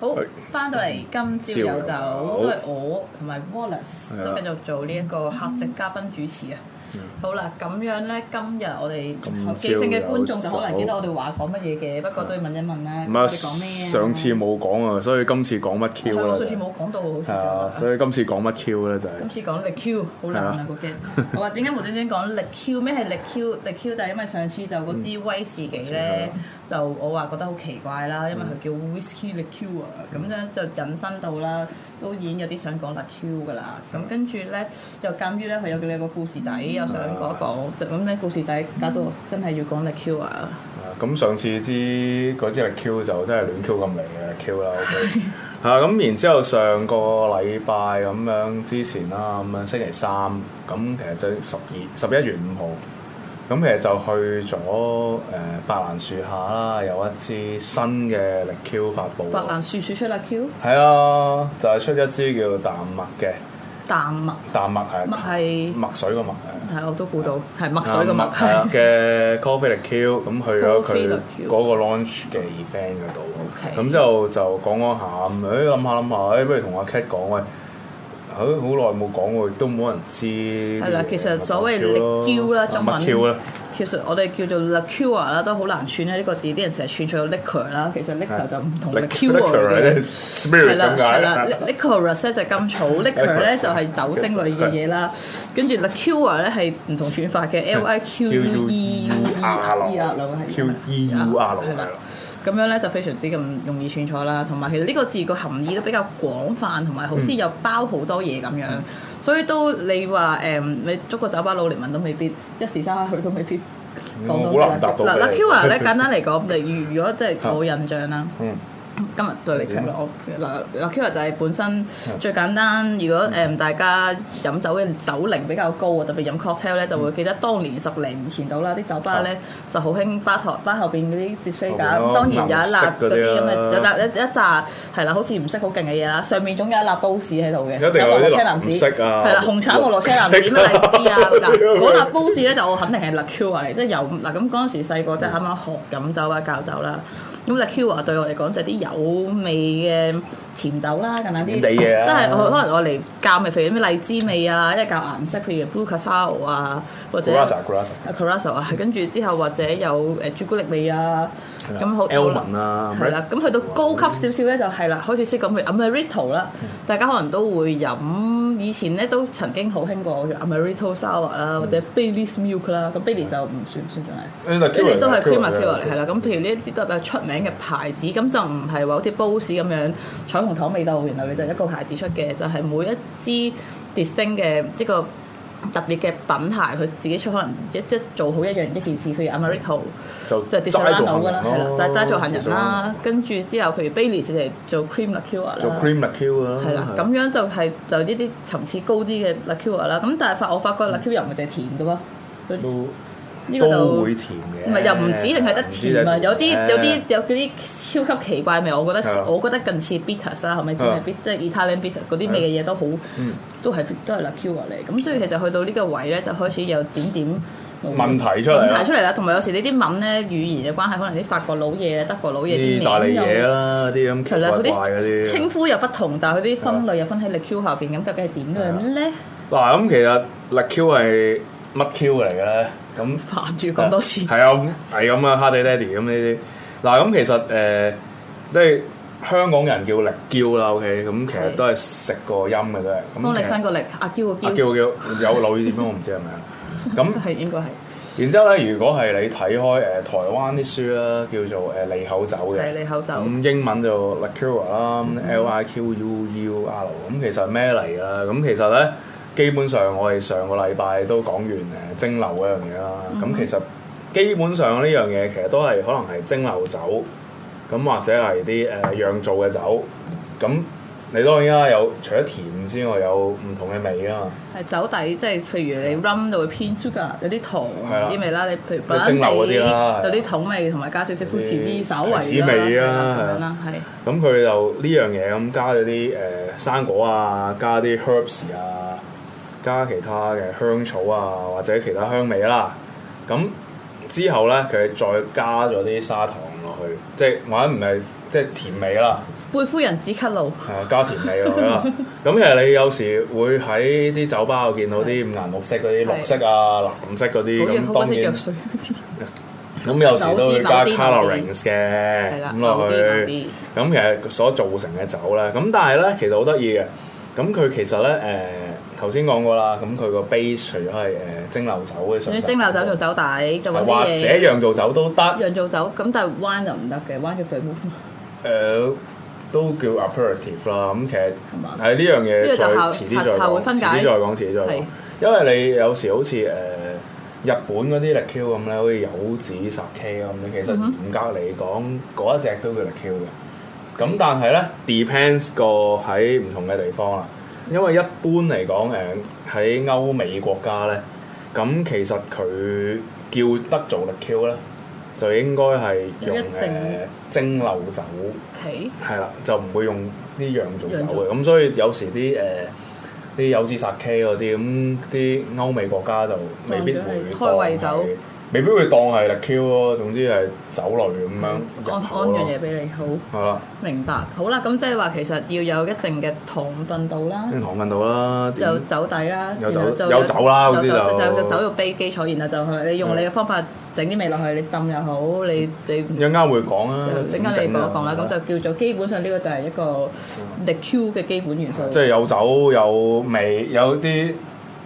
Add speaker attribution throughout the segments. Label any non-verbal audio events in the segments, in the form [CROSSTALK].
Speaker 1: 好
Speaker 2: 係，
Speaker 1: 翻到嚟今朝有酒，都係我同埋 Wallace
Speaker 2: 係
Speaker 1: 都
Speaker 2: 啊嗯
Speaker 1: 繼續做呢一個客席嘉賓主持啊。好啦，咁樣咧，今日我
Speaker 2: 今朝
Speaker 1: 哋記性嘅觀眾就可能記得
Speaker 2: 有
Speaker 1: 我哋話講乜嘢嘅，不過都要問一問啦。
Speaker 2: 唔
Speaker 1: 我
Speaker 2: 係
Speaker 1: 哋講咩啊？
Speaker 2: 上次冇講啊，所以今次講乜
Speaker 1: 係
Speaker 2: Q
Speaker 1: 我
Speaker 2: 啦？
Speaker 1: 上次冇講到，好似
Speaker 2: 係啊，
Speaker 1: 就
Speaker 2: 所以今次講乜 Q 咧就係
Speaker 1: 今次講力 Q 好難
Speaker 2: 係
Speaker 1: 啊
Speaker 2: 啊
Speaker 1: 個 game。我話點解無端端講力 Q？咩係力 Q？力 Q 就係因為上次就嗰支威士忌啊嗯咧，就我話覺得好奇怪啦，因為佢叫 Whisky 力 Q 啊，咁樣就引申到啦，都已經有啲想講力 Q 噶啦。咁跟住咧，就鑑於咧佢有佢有個故事仔，又想講一講，就咁咧故事仔搞到真係要講力 Q 啊！
Speaker 2: 啊咁上次支嗰支係 Q 就真係亂 Q 咁嚟嘅 Q 啦，OK
Speaker 1: [LAUGHS]
Speaker 2: 啊咁然之後上個禮拜咁樣之前啦，咁樣星期三咁其實就十二十一月五號。咁其實就去咗誒、呃白蘭樹下啦，有一支新嘅力 Q 發布喎。
Speaker 1: 白蘭樹樹出力 Q，
Speaker 2: 係啊，就係、出一支叫淡墨嘅
Speaker 1: 淡墨
Speaker 2: 淡墨係
Speaker 1: 墨係
Speaker 2: 墨水個墨係。
Speaker 1: 係我都估到係墨水嘅墨
Speaker 2: 係啊嘅 Coffee Q 咁去咗
Speaker 1: Coffee
Speaker 2: 佢
Speaker 1: Lick Hill
Speaker 2: 嗰個 launch 嘅 event 嗰度，
Speaker 1: OK
Speaker 2: 咁之後就講講下，誒諗下諗下，誒不如同阿 Cat 講喂，好好耐冇講喎，亦都冇人知。
Speaker 1: 係啦，其實所謂力
Speaker 2: 乜
Speaker 1: Q 啦，
Speaker 2: 乜
Speaker 1: 中文
Speaker 2: 啊 Q 啦，
Speaker 1: 其實我哋叫做 liqueur 啦，都好難串啦呢個字，啲人成日串錯 liquor 啊啦，其實 liquor 就唔同
Speaker 2: 啊
Speaker 1: liqueur 嘅。係
Speaker 2: [LAUGHS] spirit
Speaker 1: 啦
Speaker 2: 咁
Speaker 1: 係啦
Speaker 2: 解。啊
Speaker 1: ，liquorous 咧就係甘草，liquor 咧
Speaker 2: Liquorous，
Speaker 1: 就係酒精類嘅嘢啦。跟住 liqueur 咧係唔同串法嘅，L I Q U E U R E 啊，兩個係
Speaker 2: Q E U R
Speaker 1: 係啦。咁樣咧就非常之咁容易串錯啦，同埋其實呢個字個含義都比較廣泛，同埋好似又包好多嘢咁樣，
Speaker 2: 嗯
Speaker 1: 所以都你話誒、嗯你捉個酒吧佬嚟問都未必，一時三刻佢都未必講到
Speaker 2: 我嗯好難答到
Speaker 1: 嗱嗱
Speaker 2: 你
Speaker 1: Q 咧簡單嚟講，例如如果即係
Speaker 2: [LAUGHS]
Speaker 1: 我印象啦。
Speaker 2: 嗯，
Speaker 1: 今日對你強啦，我嗱嗱 Q 就係本身最簡單。如果誒大家飲酒嘅酒齡比較高啊，特別飲 cocktail 咧，就會記得當年十零年前到啦，啲酒吧咧就好興吧台吧後邊嗰啲 display 架，
Speaker 2: 後邊咯
Speaker 1: 當然有一沓
Speaker 2: 藍色
Speaker 1: 嗰
Speaker 2: 嗰啲
Speaker 1: 啲咁
Speaker 2: 啦
Speaker 1: 嘅有沓一一紮係啦，好似唔識好勁嘅嘢啦，上面總有一沓 boss 喺度嘅，
Speaker 2: 一定有啲
Speaker 1: 有車
Speaker 2: 藍
Speaker 1: 男子
Speaker 2: 色啊
Speaker 1: 係啦，紅橙黃綠車男子
Speaker 2: 綠
Speaker 1: 咩 [LAUGHS]
Speaker 2: 色啊
Speaker 1: 荔枝啊嗱，嗰沓
Speaker 2: 咁樣
Speaker 1: boss 咧就我肯定係 liqueur 嚟，即係有嗱咁嗰陣時細個即係啱啱學飲酒啊教酒啦。咁 liqueur 對我嚟講就係啲有味嘅甜酒啦，簡單啲，
Speaker 2: 甜地嘢啊
Speaker 1: 即係可能我嚟教咪譬如咩荔枝味啊，一係教顏色，譬如 blue casao 啊，或者
Speaker 2: g r a s a g r a s
Speaker 1: c a r a s o 啊，跟住之後或者有誒朱古力味啊，
Speaker 2: a
Speaker 1: 咁好
Speaker 2: L 文啊，
Speaker 1: 係啦，咁去到高級少少咧，就係啦，開始識講譬如 Amerito 啦，大家可能都會飲。以前咧都曾經好興過譬如 Amerito sour 啦，或者 Bailey's milk 啦。咁 Bailey 就唔算唔算仲
Speaker 2: 呢度
Speaker 1: 係，Bailey 都係 cream 啊
Speaker 2: Cream 嚟
Speaker 1: cream 嚟，係啦。咁譬如呢一啲都係比較出名嘅牌子，咁就唔係話好似 Boss 咁樣彩虹糖味道，然後你就一個牌子出嘅，就係每一支 distinct 嘅一個。特別嘅品牌，佢自己出可能一一做好一樣一件事，譬如 Amerito，
Speaker 2: 就
Speaker 1: 就跌上
Speaker 2: 齋
Speaker 1: 單
Speaker 2: 做
Speaker 1: 佬
Speaker 2: 行
Speaker 1: 噶啦，係啦，
Speaker 2: 咯
Speaker 1: 就係齋做行人啦。跟住之後，譬如 Bailey 就係做 cream liqueur 啦，
Speaker 2: 做 cream liqueur 啦，
Speaker 1: 係啦，咁樣就係就呢啲層次高啲嘅 liqueur 啦。咁但係發我發覺 liqueur 又唔係淨係甜嘅喎，
Speaker 2: 都
Speaker 1: 呢個就
Speaker 2: 都會甜嘅，
Speaker 1: 唔係又唔止淨係得甜啊，
Speaker 2: 唔止淨係
Speaker 1: 有啲
Speaker 2: 甜
Speaker 1: 有啲有啲超級奇怪味，我覺
Speaker 2: 係
Speaker 1: 得
Speaker 2: 啊
Speaker 1: 我覺得近似 bitters 啦，係咪先
Speaker 2: 係啊？
Speaker 1: 即係 Italian bitters 嗰啲味嘅嘢都好
Speaker 2: 嗯，
Speaker 1: 都係都係 liqueur 嚟。咁所以其實去到呢個位咧，就開始有點點。
Speaker 2: 問題出嚟啦
Speaker 1: 問題出嚟啦，同埋有時呢啲文咧語言嘅關係，可能啲法國佬嘢、德國佬嘢
Speaker 2: 啲
Speaker 1: 啲
Speaker 2: 意大利
Speaker 1: 名
Speaker 2: 嘢
Speaker 1: 又
Speaker 2: 啦，啲咁奇
Speaker 1: 係啦，
Speaker 2: 怪
Speaker 1: 佢
Speaker 2: 怪嗰
Speaker 1: 啲稱
Speaker 2: 啲。
Speaker 1: 呼又不同，但係佢啲分類又分喺 liqueur 下邊，咁究竟係點
Speaker 2: 啊
Speaker 1: 樣咧？
Speaker 2: 嗱咁其實 liqueur 係乜 Q 嚟嘅咧？咁
Speaker 1: 煩住咁多次，
Speaker 2: 係啊，係咁啊，蝦仔爹哋咁呢啲。嗱咁其實誒，即係香港人叫力嬌啦，OK，咁其實都係食個音嘅啫。
Speaker 1: 方力
Speaker 2: 其實
Speaker 1: 申個力，阿嬌個
Speaker 2: 啊
Speaker 1: 嬌，
Speaker 2: 叫叫有留意點樣，我唔知係咪啊。咁
Speaker 1: 係應該係。
Speaker 2: 然之後咧，如果係你睇開誒、呃台灣啲書啦，叫做誒利口酒
Speaker 1: 係
Speaker 2: 嘅，
Speaker 1: 利口酒嗯
Speaker 2: 咁英文就 liqueur 啦，L I Q U E U R，咁其實咩嚟啊？咁其實咧，基本上我哋上個禮拜都講完誒蒸餾嗰樣嘢啦。
Speaker 1: 嗯
Speaker 2: 咁、其實基本上呢樣嘢其實都係可能係蒸餾酒，咁或者係啲誒釀造嘅酒。咁你當然啦，有除咗甜之外，有唔同嘅味啊嘛。
Speaker 1: 係酒底，即係譬如你 rum 就會偏 sugar，有啲糖
Speaker 2: 啊係啦
Speaker 1: 啲味啦，你譬如白
Speaker 2: 蒸餾嗰啲啦
Speaker 1: 有啲糖味，同埋加少少 fruity 啲稍微啦
Speaker 2: 提子味啊
Speaker 1: 係啦
Speaker 2: 係
Speaker 1: 咁
Speaker 2: 啊
Speaker 1: 樣啦，係。
Speaker 2: 咁佢就呢樣嘢咁加咗啲誒生果啊，加啲 herbs 啊，加其他嘅香草啊，或者其他香味啦。咁之後咧，佢再加咗啲砂糖落去，即係或者唔係即係甜味
Speaker 1: [LAUGHS]
Speaker 2: 啦，
Speaker 1: 貝夫人止咳露，
Speaker 2: 係啊加甜味落去啦。咁其實你有時會喺啲酒吧度見到啲五顏六色嗰啲綠色啊、藍色嗰啲，
Speaker 1: 好嘅
Speaker 2: 咁
Speaker 1: 好鬼
Speaker 2: 當
Speaker 1: 識藥
Speaker 2: 然
Speaker 1: 水，
Speaker 2: 咁有時都會加
Speaker 1: 某啲某啲
Speaker 2: colorings 嘅
Speaker 1: [LAUGHS] 係啦，
Speaker 2: 咁
Speaker 1: 某
Speaker 2: 落
Speaker 1: 啲某啲
Speaker 2: 去。咁其實所造成嘅酒咧，咁但係咧其實好得意嘅。咁佢其實咧誒頭先講過啦，咁佢個 base 除咗係誒蒸馏酒嘅
Speaker 1: 總
Speaker 2: 上
Speaker 1: 之
Speaker 2: 集，
Speaker 1: 蒸餾酒做酒底，就揾
Speaker 2: 或
Speaker 1: 啲
Speaker 2: 者
Speaker 1: 嘢
Speaker 2: 釀造酒都得。
Speaker 1: 釀造酒，咁但係 wine 就唔得嘅，wine 叫 f l a
Speaker 2: 誒、都叫 aperitif 啦，咁其實
Speaker 1: 係嘛
Speaker 2: 係 [LAUGHS] 呢樣
Speaker 1: 呢個
Speaker 2: 嘢
Speaker 1: 就
Speaker 2: 再
Speaker 1: 後
Speaker 2: 遲啲再
Speaker 1: 後後
Speaker 2: 講，
Speaker 1: 會
Speaker 2: 遲
Speaker 1: 分解
Speaker 2: 啲再講，遲啲再
Speaker 1: 係
Speaker 2: 講，因為你有時好似誒、呃日本嗰啲 liqueur 咁咧，好似柚子 sake 咁，你其實
Speaker 1: 嗯
Speaker 2: 嚴格嚟講，嗰一隻都叫 liqueur 嘅。咁但係咧，depends 個喺唔同嘅地方啦，因為一般嚟講誒呃喺歐美國家咧，咁其實佢叫得做 liqueur 咧，就應該係用
Speaker 1: 一
Speaker 2: 誒
Speaker 1: 定
Speaker 2: 蒸馏酒。
Speaker 1: 企
Speaker 2: 係啦，就唔會用啲釀造
Speaker 1: 釀
Speaker 2: 酒
Speaker 1: 造
Speaker 2: 嘅，咁所以有時啲誒呃啲柚子殺 K 嗰啲，咁啲歐美國家就未必會
Speaker 1: 當咗係
Speaker 2: 當
Speaker 1: 開胃
Speaker 2: 係
Speaker 1: 酒，
Speaker 2: 未必會當係 l Q 咯，總之係酒類咁樣入
Speaker 1: 嗯安
Speaker 2: 口
Speaker 1: 安
Speaker 2: 咯
Speaker 1: 樣嘢俾你好。
Speaker 2: 係啦，
Speaker 1: 明白，好啦，咁即係話其實要有一定嘅糖分度啊啦，
Speaker 2: 啲糖分到啦，點
Speaker 1: 有酒底啦，
Speaker 2: 嗯有
Speaker 1: 然後
Speaker 2: 酒
Speaker 1: 就
Speaker 2: 有酒啦嗰啲
Speaker 1: 就
Speaker 2: 就
Speaker 1: 就就酒肉杯基礎，然後就係你用你嘅方法整啲味落去，你浸又好，你
Speaker 2: 一
Speaker 1: 你
Speaker 2: 陣間會講啦，
Speaker 1: 整緊
Speaker 2: 點
Speaker 1: 你
Speaker 2: 整
Speaker 1: 同
Speaker 2: 啊
Speaker 1: 我講啦，咁就叫做基本上呢個就係一個 the Q 嘅基本元素。
Speaker 2: 嗯即係有酒有味，有啲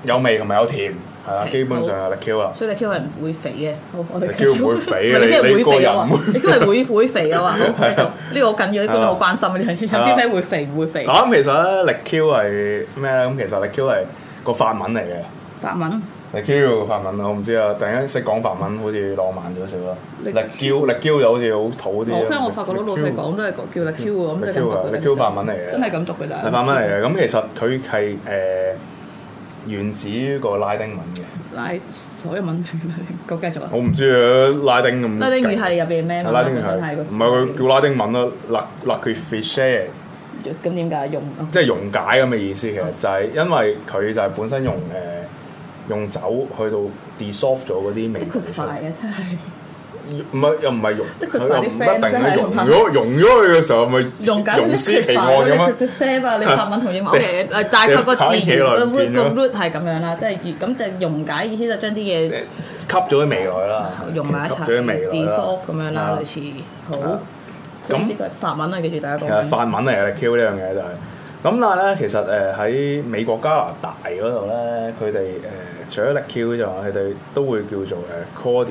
Speaker 2: 有味同埋有甜，係啦，
Speaker 1: 係
Speaker 2: 基本上係 l Q 啦。
Speaker 1: 所以你 Q 係唔會肥嘅，好我哋
Speaker 2: Q 唔會肥
Speaker 1: 唔
Speaker 2: 嘅
Speaker 1: 係
Speaker 2: 你
Speaker 1: 你 Q 係會肥啊
Speaker 2: 你個人會
Speaker 1: 你 Q 係會會肥啊！話好，繼續呢個好緊要，呢個好關心嘅，有
Speaker 2: 啊
Speaker 1: 啲咩會肥唔會肥？
Speaker 2: 嗱咁其實咧 l Q 係咩咧？咁其實 l Q 係個法文嚟嘅。
Speaker 1: 法文
Speaker 2: l 嬌法文我唔知啊，突然間識講法文好似浪漫少少啦。
Speaker 1: 力
Speaker 2: 力嬌力嬌就好似好土啲啊。
Speaker 1: 哦我真係我發覺到老細講都係叫 l Q 喎，咁即係咁讀嘅。
Speaker 2: 力嬌法文嚟嘅，
Speaker 1: 真係咁讀嘅咋。
Speaker 2: 係法文嚟嘅。咁其實佢係誒源自於個拉丁文嘅，
Speaker 1: 拉所有文全部咁繼續啊。
Speaker 2: 我唔知啊拉丁咁勁。
Speaker 1: 拉丁語係入邊咩
Speaker 2: 係
Speaker 1: 文
Speaker 2: 拉
Speaker 1: 啊？
Speaker 2: 丁
Speaker 1: 本
Speaker 2: 語
Speaker 1: 身係
Speaker 2: 係
Speaker 1: 個
Speaker 2: 唔係佢叫拉丁文啊啦 l a c u i f i c h e
Speaker 1: 咁點解用？
Speaker 2: 即係溶解咁嘅意
Speaker 1: 哦
Speaker 2: 思，其實就係因為佢就係本身用誒用酒去到 dissolve 咗嗰啲味
Speaker 1: 的
Speaker 2: 道
Speaker 1: 確
Speaker 2: 出
Speaker 1: 快
Speaker 2: 嚟
Speaker 1: 嘅真係
Speaker 2: 唔係又唔係溶，
Speaker 1: 即係
Speaker 2: 佢
Speaker 1: 佢
Speaker 2: 又
Speaker 1: 快
Speaker 2: 唔
Speaker 1: 啲
Speaker 2: 一定
Speaker 1: friend
Speaker 2: 咧
Speaker 1: 真係
Speaker 2: 溶咗溶咗佢嘅時候咪
Speaker 1: 用緊
Speaker 2: 溶屍奇案咁啊！
Speaker 1: 樣。你法文同英文 OK，誒大概個字
Speaker 2: 你
Speaker 1: 源個
Speaker 2: 你
Speaker 1: root
Speaker 2: 你
Speaker 1: 個 root 係咁樣啦，即係越咁就溶解意思就將啲
Speaker 2: 即
Speaker 1: 嘢
Speaker 2: 係吸咗啲味落去啦，
Speaker 1: 溶埋一
Speaker 2: 吸咗啲味
Speaker 1: 齊
Speaker 2: 落去啦
Speaker 1: dissolve 咁樣
Speaker 2: À.
Speaker 1: 啦，類。似好
Speaker 2: 啊。
Speaker 1: 所以
Speaker 2: 咁
Speaker 1: 呢個係法文啊，記住大家
Speaker 2: 其實
Speaker 1: 講。
Speaker 2: 法文嚟嘅 Q 呢樣嘢就係、咁但係咧，其實誒喺美國加拿大嗰度咧，佢哋誒除咗 Q 之外，佢哋都會叫做誒 ờ, cordial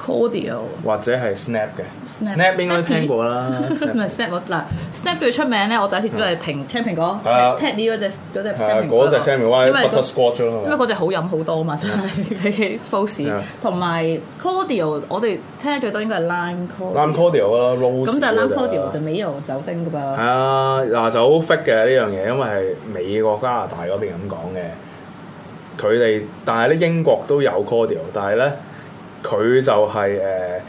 Speaker 1: Cordial
Speaker 2: 或者係 snap 嘅
Speaker 1: Snap
Speaker 2: snap 應該聽過啦。
Speaker 1: 唔
Speaker 2: ờ, Snap
Speaker 1: 係 snap 我嗱 snap 最出名咧，我第一次知道係蘋青蘋果
Speaker 2: 係啊
Speaker 1: Teddy 嗰只嗰只
Speaker 2: 係啊
Speaker 1: snap 蘋果
Speaker 2: 嗰
Speaker 1: 啦，
Speaker 2: 隻 s a m u e
Speaker 1: 因為
Speaker 2: l
Speaker 1: 嗰
Speaker 2: butterscotch 咯，
Speaker 1: 因為嗰隻好飲好多嘛，
Speaker 2: 啊
Speaker 1: 真係比起 Fos，
Speaker 2: Yeah
Speaker 1: 同埋 Cordial 我哋聽得最多應該係 Lime
Speaker 2: lime
Speaker 1: Cordial，
Speaker 2: cordial 啦，rose
Speaker 1: 咁但係
Speaker 2: 嗰
Speaker 1: Lime
Speaker 2: 隻啦
Speaker 1: Cordial 就未有酒精噶
Speaker 2: 啊係
Speaker 1: 噃，
Speaker 2: 啊，嗱就好 fit 嘅呢樣嘢，因為係美國加拿大嗰邊咁講嘅，佢哋但係咧英國都有 cordial，但係咧佢就係、呃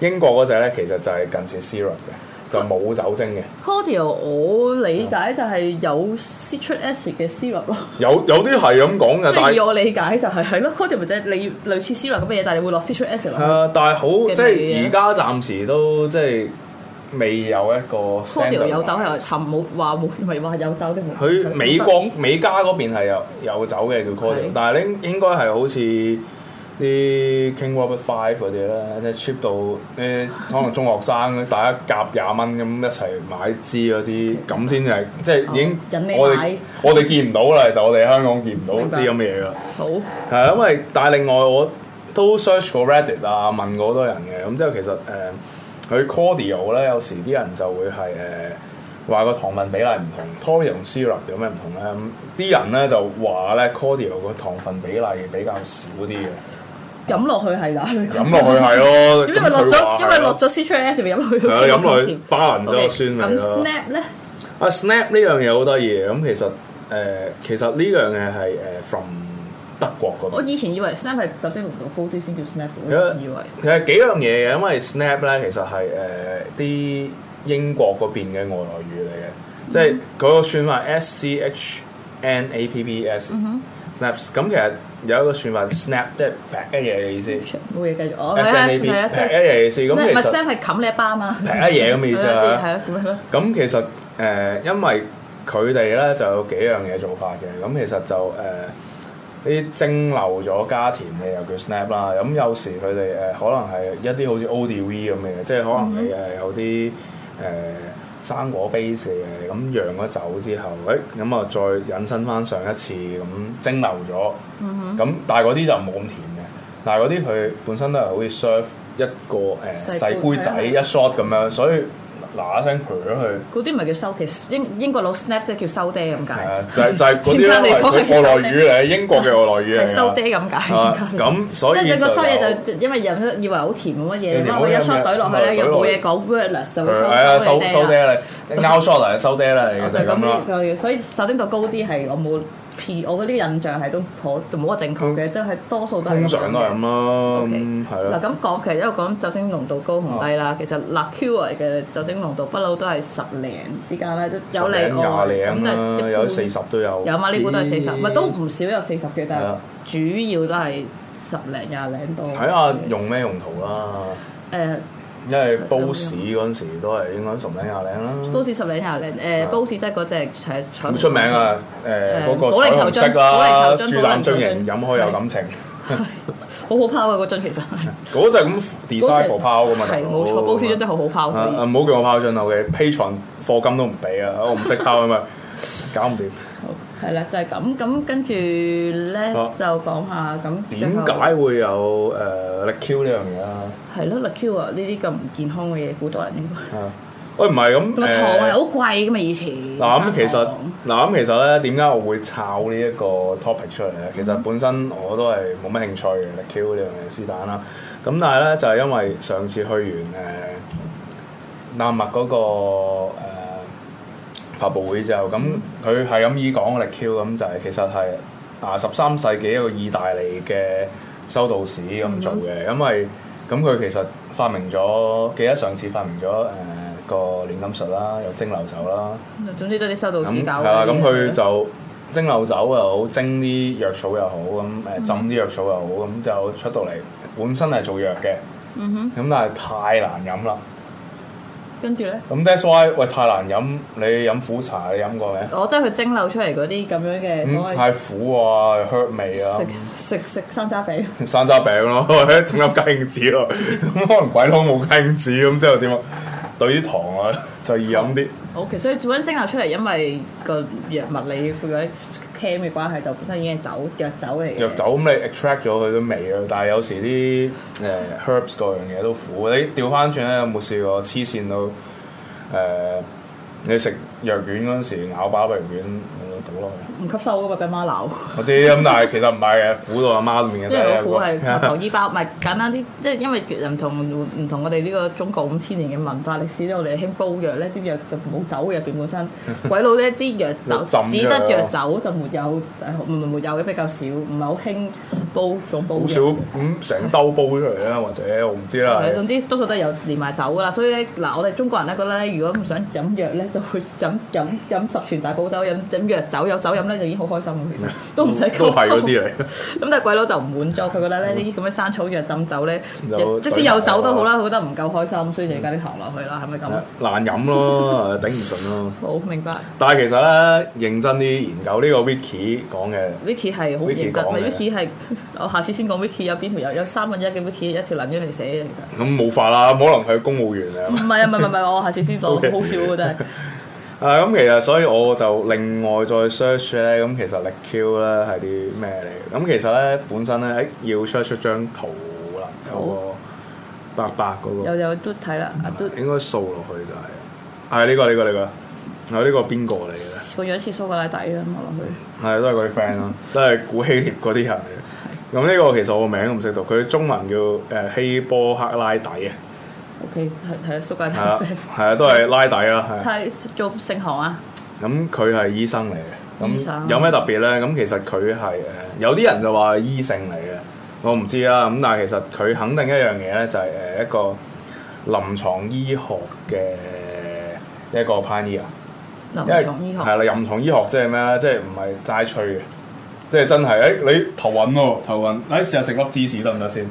Speaker 2: 英國嗰只咧，其實就係近似 syrup 嘅，就冇酒精嘅，
Speaker 1: Cordial 我理解就係有 citric acid 嘅 syrup 咯，
Speaker 2: 有有啲係咁講嘅，
Speaker 1: 即
Speaker 2: 但
Speaker 1: 係以
Speaker 2: 係
Speaker 1: 我理解就係係咯，Cordial 咪即係你類似 syrup 咁嘅嘢，但係你會落 citric acid
Speaker 2: 係
Speaker 1: 落去。
Speaker 2: 啊，但係好
Speaker 1: 嘅
Speaker 2: 即
Speaker 1: 味
Speaker 2: 係
Speaker 1: 嘅
Speaker 2: 而家暫時都即係未有一個
Speaker 1: Cordial
Speaker 2: standard
Speaker 1: 有酒係尋冇話冇，唔係話有酒的冇。
Speaker 2: 佢美國美加嗰邊係有有酒嘅叫 Cordial，
Speaker 1: 係
Speaker 2: 但係咧應該係好似啲 King Robert Five 嗰啲咧，即係 cheap 到誒可能中學生大家夾廿蚊咁一齊買支嗰啲，咁先係即係已經
Speaker 1: 哦引你
Speaker 2: 我哋
Speaker 1: 買
Speaker 2: 我哋見唔到啦，其實我哋香港見唔到
Speaker 1: 明白
Speaker 2: 啲咁嘅嘢啦。
Speaker 1: 好
Speaker 2: 係啊因為但係另外我都 search 過 Reddit 啊，問過好多人嘅，咁之後其實誒佢 cordial 咧，有時啲人就會係誒話個糖分比例唔同，cordial 同 syrup 有咩唔同咧？咁啲人咧就話咧 cordial 個糖分比例比較少啲嘅，
Speaker 1: 飲落去係啦，
Speaker 2: 飲落去係
Speaker 1: [LAUGHS]
Speaker 2: 咯，
Speaker 1: 因為落
Speaker 2: 咁佢話
Speaker 1: 咗
Speaker 2: 係
Speaker 1: 因為落咗 citric acid 咪飲落去
Speaker 2: 係啊飲落去
Speaker 1: 甜
Speaker 2: balance 咗個
Speaker 1: OK，
Speaker 2: 酸味
Speaker 1: 咁
Speaker 2: 咯。
Speaker 1: snap 咧，
Speaker 2: 啊 snap 呢樣嘢好得意嘅，咁其實誒、其實呢樣嘢係誒 from 德國嗰邊
Speaker 1: 我。以前以為 snap 係酒精濃度高啲先叫 snap，我
Speaker 2: 有
Speaker 1: 以前以為
Speaker 2: 其實幾樣嘢嘅，因為 snap 咧其實係誒呃啲英國嗰邊嘅外
Speaker 1: 嗯嗯
Speaker 2: 來語嚟嘅，即係嗰個算法 S C H N A P P S snaps。咁其實有一個算法 snap 即係劈一嘢嘅意思
Speaker 1: 冇嘢繼續，我
Speaker 2: ，S N A B 劈一嘢嘅意思。咁
Speaker 1: 唔
Speaker 2: 其
Speaker 1: 啊係啊
Speaker 2: 實啊
Speaker 1: snap 係冚你一巴嘛，
Speaker 2: 劈一嘢咁嘅意思啦。
Speaker 1: 係啊，咁樣咯，
Speaker 2: 咁其實誒、呃因為佢哋咧就有幾樣嘢做法嘅，咁其實就呃誒呢啲蒸餾咗加甜嘅又叫 snap 啦。咁有時佢哋誒呃可能係一啲好似 ODV 咁嘅嘢，即係可能你誒有啲誒、呃生果 base 嘅嘢，咁釀咗酒之後，誒咁啊再引申翻上一次咁蒸餾咗，
Speaker 1: 嗯
Speaker 2: 咁、但係嗰啲就冇咁甜嘅，但係嗰啲佢本身都係好似 serve 一個誒、呃
Speaker 1: 細
Speaker 2: 細
Speaker 1: 杯
Speaker 2: 杯仔
Speaker 1: 係啊
Speaker 2: 一 shot 咁樣，所以嗱嗱聲攰咗佢。
Speaker 1: 嗰啲唔係叫收，其實英英國佬 snap 即係叫收爹咁
Speaker 2: 係
Speaker 1: 解
Speaker 2: 啊，就係就係嗰
Speaker 1: [LAUGHS]
Speaker 2: 啲啦，係佢外來語嚟，英國嘅外來語嚟
Speaker 1: 係
Speaker 2: 㗎
Speaker 1: 收爹咁解。 [LAUGHS]
Speaker 2: 啊咁所以
Speaker 1: 即係你個
Speaker 2: 就
Speaker 1: 衰嘢就因為飲咗以為好甜冇乜嘢，
Speaker 2: 你哋
Speaker 1: 然
Speaker 2: 冇
Speaker 1: 後一
Speaker 2: 飲
Speaker 1: shot
Speaker 2: 嘅
Speaker 1: 懟落去咧
Speaker 2: 冇
Speaker 1: 又
Speaker 2: 懟
Speaker 1: 冇
Speaker 2: 落去
Speaker 1: 嘢講 wordless 就會
Speaker 2: 係啊
Speaker 1: 收
Speaker 2: 收收
Speaker 1: 你爹啦。哦
Speaker 2: 爹你，out shot
Speaker 1: [LAUGHS]
Speaker 2: 嚟，收爹啦，
Speaker 1: 我
Speaker 2: 嚟
Speaker 1: 就
Speaker 2: 就係咁啦。
Speaker 1: 咁呢，所以酒精度高啲係我冇 P，我嗰啲印象係都頗冇話正確嘅，即係多數都係
Speaker 2: 通常都係
Speaker 1: 嘅
Speaker 2: 咁啦，
Speaker 1: OK
Speaker 2: 咁係哦
Speaker 1: 嗱
Speaker 2: 啦。
Speaker 1: 咁講，其實因為講酒精濃度高同低啦，其實 l a c u r 嘅酒精濃度不嬲都係十零之間啦，都有
Speaker 2: 十零
Speaker 1: 例外
Speaker 2: 廿
Speaker 1: 咁
Speaker 2: 零
Speaker 1: 但
Speaker 2: 啦，
Speaker 1: 係
Speaker 2: 有四十都有。
Speaker 1: 有啊嘛？呢股都係四十，
Speaker 2: 咦
Speaker 1: 唔係都唔少有四十嘅，但
Speaker 2: 係啊
Speaker 1: 係主要都係十零廿零度。
Speaker 2: 睇下用咩用途啦。
Speaker 1: 誒
Speaker 2: 因為煲屎嗰陣時都係應該十零廿零啦。
Speaker 1: 煲士十零廿零誒煲士即係嗰只係
Speaker 2: 啊好出名啊！誒嗰個
Speaker 1: 保齡
Speaker 2: 彩
Speaker 1: 球
Speaker 2: 虹
Speaker 1: 樽
Speaker 2: 色啊啦，
Speaker 1: 保齡球樽保
Speaker 2: 豬膽樽
Speaker 1: 齡球
Speaker 2: 型
Speaker 1: 樽
Speaker 2: 飲開有感情，
Speaker 1: [LAUGHS] 好好泡啊！嗰樽其實係
Speaker 2: 嗰就係咁 design for 泡啊㗎嘛。
Speaker 1: 係
Speaker 2: 大佬
Speaker 1: 冇錯，煲士樽真係好好泡，所以
Speaker 2: 啊唔好叫我拋進我嘅 p a t r o n 課金都唔俾啊！我唔識拋啊嘛， [LAUGHS] 搞唔掂。
Speaker 1: 好係啦，就係咁咁跟住咧
Speaker 2: 啊
Speaker 1: 就講下咁最
Speaker 2: 點
Speaker 1: 後
Speaker 2: 解會有誒力 Q 呢樣嘢啊？
Speaker 1: 係咯 l a c u r 呢啲咁唔健康嘅嘢，古代人應該。
Speaker 2: 啊喂，唔係咁呃
Speaker 1: 同埋糖係
Speaker 2: 誒
Speaker 1: 好貴噶嘛，以前。
Speaker 2: 嗱咁其實
Speaker 1: 生糖
Speaker 2: 嗱咁其實咧，點解我會抄呢一個 topic 出嚟咧？其實本身我都係冇乜興趣嘅力 Q 呢樣嘢是但啦。咁但係咧就係因為上次去完誒南麥嗰個誒發佈會之後，咁佢係咁意講力 Q，咁就係其實係啊十三世紀一個意大利嘅修道士咁做嘅，因為咁佢其實發明咗，記得上次發明咗誒個煉金術啦，有蒸餾酒啦。
Speaker 1: 總之都係啲收到
Speaker 2: 咁
Speaker 1: 市教
Speaker 2: 係啦，咁佢就蒸餾酒又好，蒸啲藥草又好，咁誒浸啲藥草又好，咁就出到嚟，本身係做藥嘅，
Speaker 1: 嗯哼，
Speaker 2: 咁但係太難飲啦。
Speaker 1: 跟住咧，
Speaker 2: 咁 that's why 喂太難飲，你飲苦茶你飲過未？
Speaker 1: 我即係佢蒸餾出嚟嗰啲咁樣嘅所
Speaker 2: 嗯，
Speaker 1: 謂
Speaker 2: 太苦啊，hurt 味啊，
Speaker 1: 食食食山楂餅，
Speaker 2: [LAUGHS] 山楂餅咯，整粒雞翼子咯，咁可能鬼佬冇雞翼子，咁之後點啊？兑啲糖啊，就易飲啲。
Speaker 1: 好，其實佢做緊蒸餾出嚟，因為個藥物理佢嗰啲 cam 嘅關係，就本身已經係酒藥酒嚟嘅。
Speaker 2: 藥酒咁你 extract 咗佢都味啊，但係有時啲誒 herbs 嗰樣嘢都苦。啊你調翻轉咧，有冇試過黐線到誒、呃你食藥丸嗰陣時咬飽藥丸咁倒落
Speaker 1: 唔
Speaker 2: 去？
Speaker 1: 吸收噶嘛，俾媽鬧。
Speaker 2: 我知咁，但係其實唔係嘅，苦到阿媽面嘅。
Speaker 1: 因為老虎
Speaker 2: 真
Speaker 1: 係
Speaker 2: 係啊有個
Speaker 1: 糖衣包，唔係簡單啲，即係因為唔同唔同我哋呢個中國五千年嘅文化歷史咧，我哋興煲藥咧，啲藥就冇酒嘅入邊本身，鬼佬咧啲藥酒
Speaker 2: 嗯 [LAUGHS] 浸咗
Speaker 1: 只得藥酒就沒有誒，唔係沒有嘅比較少，唔係好興煲種煲
Speaker 2: 好少
Speaker 1: 藥。啊
Speaker 2: 咁成兜煲出嚟啦，啊或者我唔知啦。
Speaker 1: 係，總之多數都係有連埋酒噶啦，所以咧嗱，我哋中國人咧覺得咧，如果唔想飲藥咧，就會飲飲飲十全大補酒，飲飲藥酒，有酒飲咧就已經好開心嘅，其實都唔使溝
Speaker 2: 嗯都係嗰
Speaker 1: 通
Speaker 2: 啲嚟。
Speaker 1: [LAUGHS] 咁但係鬼佬就唔滿足，佢覺得咧呢啲咁嘅生草藥浸酒咧
Speaker 2: 有，
Speaker 1: 即使有酒都好啦，佢覺得唔夠開心，所以就加啲糖落去啦，係咪咁？
Speaker 2: 難啊飲咯，頂唔順咯。
Speaker 1: 好明白
Speaker 2: 但係其實咧，認真啲研究呢、個 Vicky 講嘅。
Speaker 1: ，Vicky 係好
Speaker 2: Vicky
Speaker 1: 認真，
Speaker 2: 講
Speaker 1: 咪
Speaker 2: 嘅
Speaker 1: Vicky 係我下次先講 Vicky 有邊條友有三分一嘅 Vicky 一條撚咗嚟寫嘅，其實。
Speaker 2: 咁冇法啦，可能佢係公務員啊
Speaker 1: 唔。
Speaker 2: [LAUGHS]
Speaker 1: 係啊，唔係唔係，我下次先講，
Speaker 2: Okay
Speaker 1: 好少嘅真係。
Speaker 2: 啊，咁其實所以我就另外再 search 咧，咁其實力 Q 咧係啲咩嚟嘅？咁其實咧本身咧，誒要 search 出張圖啦，有個白白嗰、
Speaker 1: 又有都睇啦，啊都
Speaker 2: 個，應該掃落去就係、係啊呢、個呢、個呢、個，有呢個邊個嚟嘅咧？
Speaker 1: 個樣似蘇格拉底咁我落去。
Speaker 2: 係都係嗰啲
Speaker 1: [LAUGHS]
Speaker 2: friend 咯，都係古希臘嗰啲人嚟嘅。咁呢個其實我個名都唔識讀，佢中文叫誒、希波克拉底啊，
Speaker 1: OK，睇睇蘇格
Speaker 2: 係啦
Speaker 1: 拉底。，
Speaker 2: 係啊，都係拉底啦，係啊。
Speaker 1: 睇做聖行啊，
Speaker 2: 咁佢係醫生嚟
Speaker 1: 醫
Speaker 2: 嘅，咁
Speaker 1: 生
Speaker 2: 有咩特別咧？咁其實佢係誒有啲人就話係醫聖嚟嘅，我唔知啦。咁但係其實佢肯定一樣嘢咧，就係誒一個臨床醫學嘅一個 pioneer，
Speaker 1: 臨
Speaker 2: 因為
Speaker 1: 床醫學。
Speaker 2: 係啦，臨床醫學即係咩咧？即係唔係齋吹嘅，即係真係誒你頭暈喎，頭暈，誒試下食粒芝士得唔得先？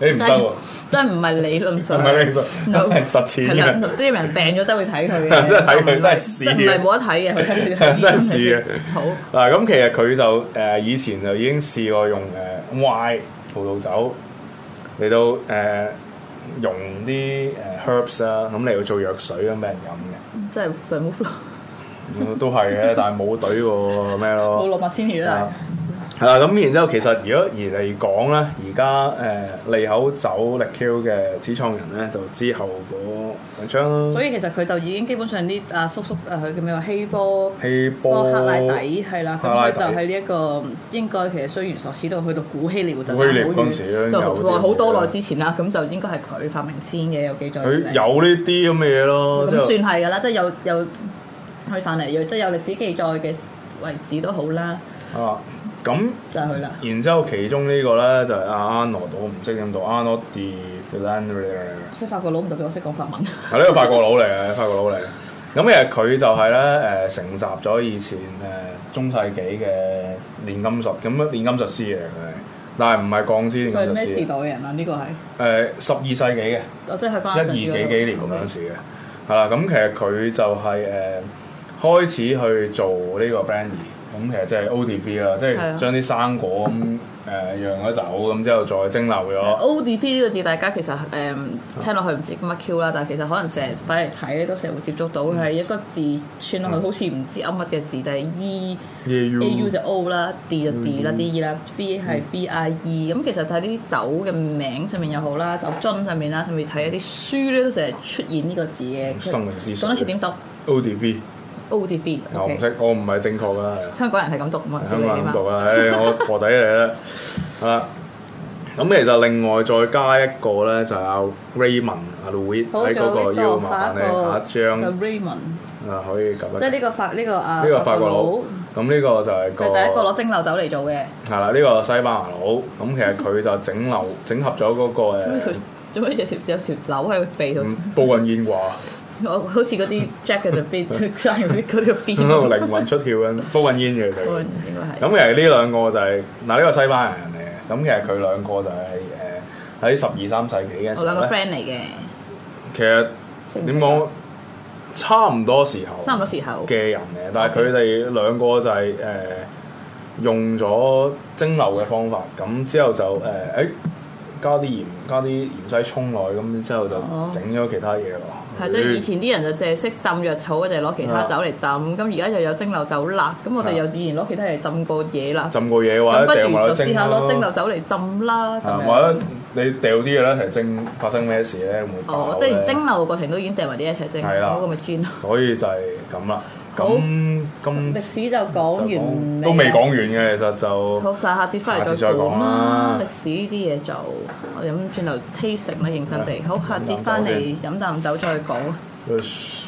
Speaker 2: 誒唔得喎，
Speaker 1: 真係唔係理論
Speaker 2: 唔
Speaker 1: 上，
Speaker 2: 係你想，真
Speaker 1: No
Speaker 2: 係實踐
Speaker 1: 係啦
Speaker 2: 嘅。，
Speaker 1: 即係人病咗都會睇佢嘅，
Speaker 2: [LAUGHS] 真係睇佢
Speaker 1: 唔係
Speaker 2: 真係試嘅
Speaker 1: 真唔係冇得睇嘅，佢睇佢
Speaker 2: [LAUGHS] 真係試嘅
Speaker 1: 好，
Speaker 2: 嗱，咁其實佢就誒、呃以前就已經試過用誒、呃 Y 葡萄酒嚟到誒、呃用啲誒 herbs 啦，咁嚟到做藥水咁俾人飲
Speaker 1: 真係 f e r m
Speaker 2: 啊嘅，咁都係
Speaker 1: [LAUGHS]
Speaker 2: 嘅，但係冇懟過咩咯。
Speaker 1: 冇落麥千條啦
Speaker 2: 啊，係啦，咁然之後其實如果而嚟講咧，而家誒利口酒力 Q 嘅始創人咧，就之後嗰兩張啦
Speaker 1: 所，以其實佢就已經基本上啲阿叔叔啊，佢叫咩話希波。
Speaker 2: 希
Speaker 1: 波
Speaker 2: 波
Speaker 1: 克拉底係啦，咁
Speaker 2: 克拉
Speaker 1: 佢
Speaker 2: 底
Speaker 1: 就喺呢一個應該其實雖然索史到去到古希臘就
Speaker 2: 古希臘
Speaker 1: 好
Speaker 2: 嗰陣
Speaker 1: 遠
Speaker 2: 時咧
Speaker 1: 就
Speaker 2: 有啲
Speaker 1: 耐好多耐之前啦，咁就應該係佢發明先嘅，有記載。
Speaker 2: 佢有呢啲咁嘅嘢咯，之
Speaker 1: 咁
Speaker 2: 後
Speaker 1: 算係㗎啦，即係有有去翻嚟，有即係有歷史記載嘅位置都好啦，
Speaker 2: 啊咁。
Speaker 1: 就係佢啦。
Speaker 2: 然之後其中呢個咧就係啊阿 Arnold，我唔識點讀 Arnold de f i l a n d r
Speaker 1: 識法國佬唔代表我識講法文。
Speaker 2: 係啊呢個法國佬嚟嘅，法國佬嚟嘅。咁其實佢就係咧誒承襲咗以前誒、中世紀嘅煉金術，咁煉金術師嚟嘅，但係唔係鋼之煉金
Speaker 1: 佢係
Speaker 2: 術
Speaker 1: 咩時
Speaker 2: 師
Speaker 1: 代嘅人啊？呢個係
Speaker 2: 誒十二世紀嘅。
Speaker 1: 我即係去翻
Speaker 2: 一二幾幾年咁樣時嘅，係啦。咁其實佢就係、誒、開始去做呢個 brandy，咁其實即係 ODV 啦，即
Speaker 1: 係啊
Speaker 2: 係將啲生果咁誒釀咗酒，咁之後再蒸馏咗。
Speaker 1: ODP 呢個字，大家其實誒、嗯、聽落去唔知乜 Q 啦，但係其實可能成日擺嚟睇咧，都成日會接觸到佢
Speaker 2: 嗯
Speaker 1: 係一個字串落去，好似唔知噏乜嘅字，就係、E A
Speaker 2: 嗯
Speaker 1: U 就 O 啦，D 就 D 啦，D E 啦，B 係 B I E。咁其實睇呢啲酒嘅名上面又好啦，酒樽上面啦，甚至睇一啲書咧都成日出現呢個字嘅。
Speaker 2: 生命之
Speaker 1: 講
Speaker 2: 水
Speaker 1: 多次點讀
Speaker 2: ODV，
Speaker 1: ODP？
Speaker 2: 我唔識，我唔係正確㗎啦。係啊
Speaker 1: 香港人係咁讀，唔係
Speaker 2: 香
Speaker 1: 你
Speaker 2: 港
Speaker 1: 啊
Speaker 2: 人
Speaker 1: 嘛
Speaker 2: 讀。啊，唉，我婆底嚟啦，係啦。咁其實另外再加一個咧，就係阿 Raymond 阿 Louis
Speaker 1: 好，
Speaker 2: 喺
Speaker 1: 仲有
Speaker 2: 嗰個
Speaker 1: 呢
Speaker 2: 要
Speaker 1: 個
Speaker 2: 麻
Speaker 1: 法
Speaker 2: 煩你下一張
Speaker 1: 國嘅 Raymond。
Speaker 2: 啊，可以及一
Speaker 1: 即係呢個法呢、個啊
Speaker 2: 呢個法國佬
Speaker 1: 佬，，
Speaker 2: 咁呢個就係個
Speaker 1: 就第一個攞蒸餾酒嚟做嘅。
Speaker 2: 係啦，呢個西班牙佬，咁其實佢就
Speaker 1: [LAUGHS]
Speaker 2: 整流整合咗嗰個
Speaker 1: 咁佢
Speaker 2: 誒
Speaker 1: 做咩有條有條紐喺個鼻度？
Speaker 2: 嗯布雲燕
Speaker 1: [LAUGHS]
Speaker 2: 華，
Speaker 1: 我好似嗰啲 Jack 嘅就邊
Speaker 2: [LAUGHS]
Speaker 1: Jack 嗰 [LAUGHS] 啲嗰條邊。
Speaker 2: 靈魂出竅咁，布雲煙嘅佢。
Speaker 1: 我應該係。
Speaker 2: 咁其實呢兩個就係嗱呢個西班牙人嚟嘅，咁其實佢兩個就係誒喺十二三世紀嘅
Speaker 1: 我
Speaker 2: 時
Speaker 1: 兩個
Speaker 2: 候咧，
Speaker 1: friend 嚟嘅，
Speaker 2: 其實
Speaker 1: 識唔識啊
Speaker 2: 點講差唔多時候，啊
Speaker 1: 差唔多時候。
Speaker 2: 嘅人嚟，但係佢哋兩個就係、誒、呃用咗蒸餾嘅方法，咁之後就誒呃誒、加啲鹽，加啲芫茜葱落去，咁之後就
Speaker 1: 哦
Speaker 2: 整咗其他嘢咯。
Speaker 1: 係即係以前啲人就淨係識浸藥草，就攞其他酒嚟浸。咁而家又有蒸餾酒啦，咁我哋
Speaker 2: 啊
Speaker 1: 又自然攞其他嘢浸過嘢啦。
Speaker 2: 浸過嘢嘅
Speaker 1: 咁
Speaker 2: 話，
Speaker 1: 不
Speaker 2: 掉埋
Speaker 1: 如
Speaker 2: 落
Speaker 1: 就
Speaker 2: 蒸
Speaker 1: 試下攞蒸餾
Speaker 2: 咯，
Speaker 1: 酒嚟浸啦。咁
Speaker 2: 啊
Speaker 1: 樣
Speaker 2: 或者你掉啲嘢咧，一齊蒸，發生咩事咧？會唔會爆
Speaker 1: 哦，即係連
Speaker 2: 呢
Speaker 1: 蒸餾嘅過程都已經掟埋啲一齊蒸，
Speaker 2: 啊係啦
Speaker 1: 嗰個咪專咯。
Speaker 2: 所以就係咁啦。
Speaker 1: 好
Speaker 2: 咁今
Speaker 1: 歷史就講
Speaker 2: 就
Speaker 1: 完，啊
Speaker 2: 講嗯都未講完嘅，其實就
Speaker 1: 好，就下次翻嚟
Speaker 2: 下
Speaker 1: 再
Speaker 2: 次再
Speaker 1: 講
Speaker 2: 講
Speaker 1: 啦
Speaker 2: 啦。
Speaker 1: 歷史呢啲嘢就
Speaker 2: 啊
Speaker 1: 我飲轉頭 tasting 啦，認真地。好，下次翻嚟飲啖酒再講。
Speaker 2: Yes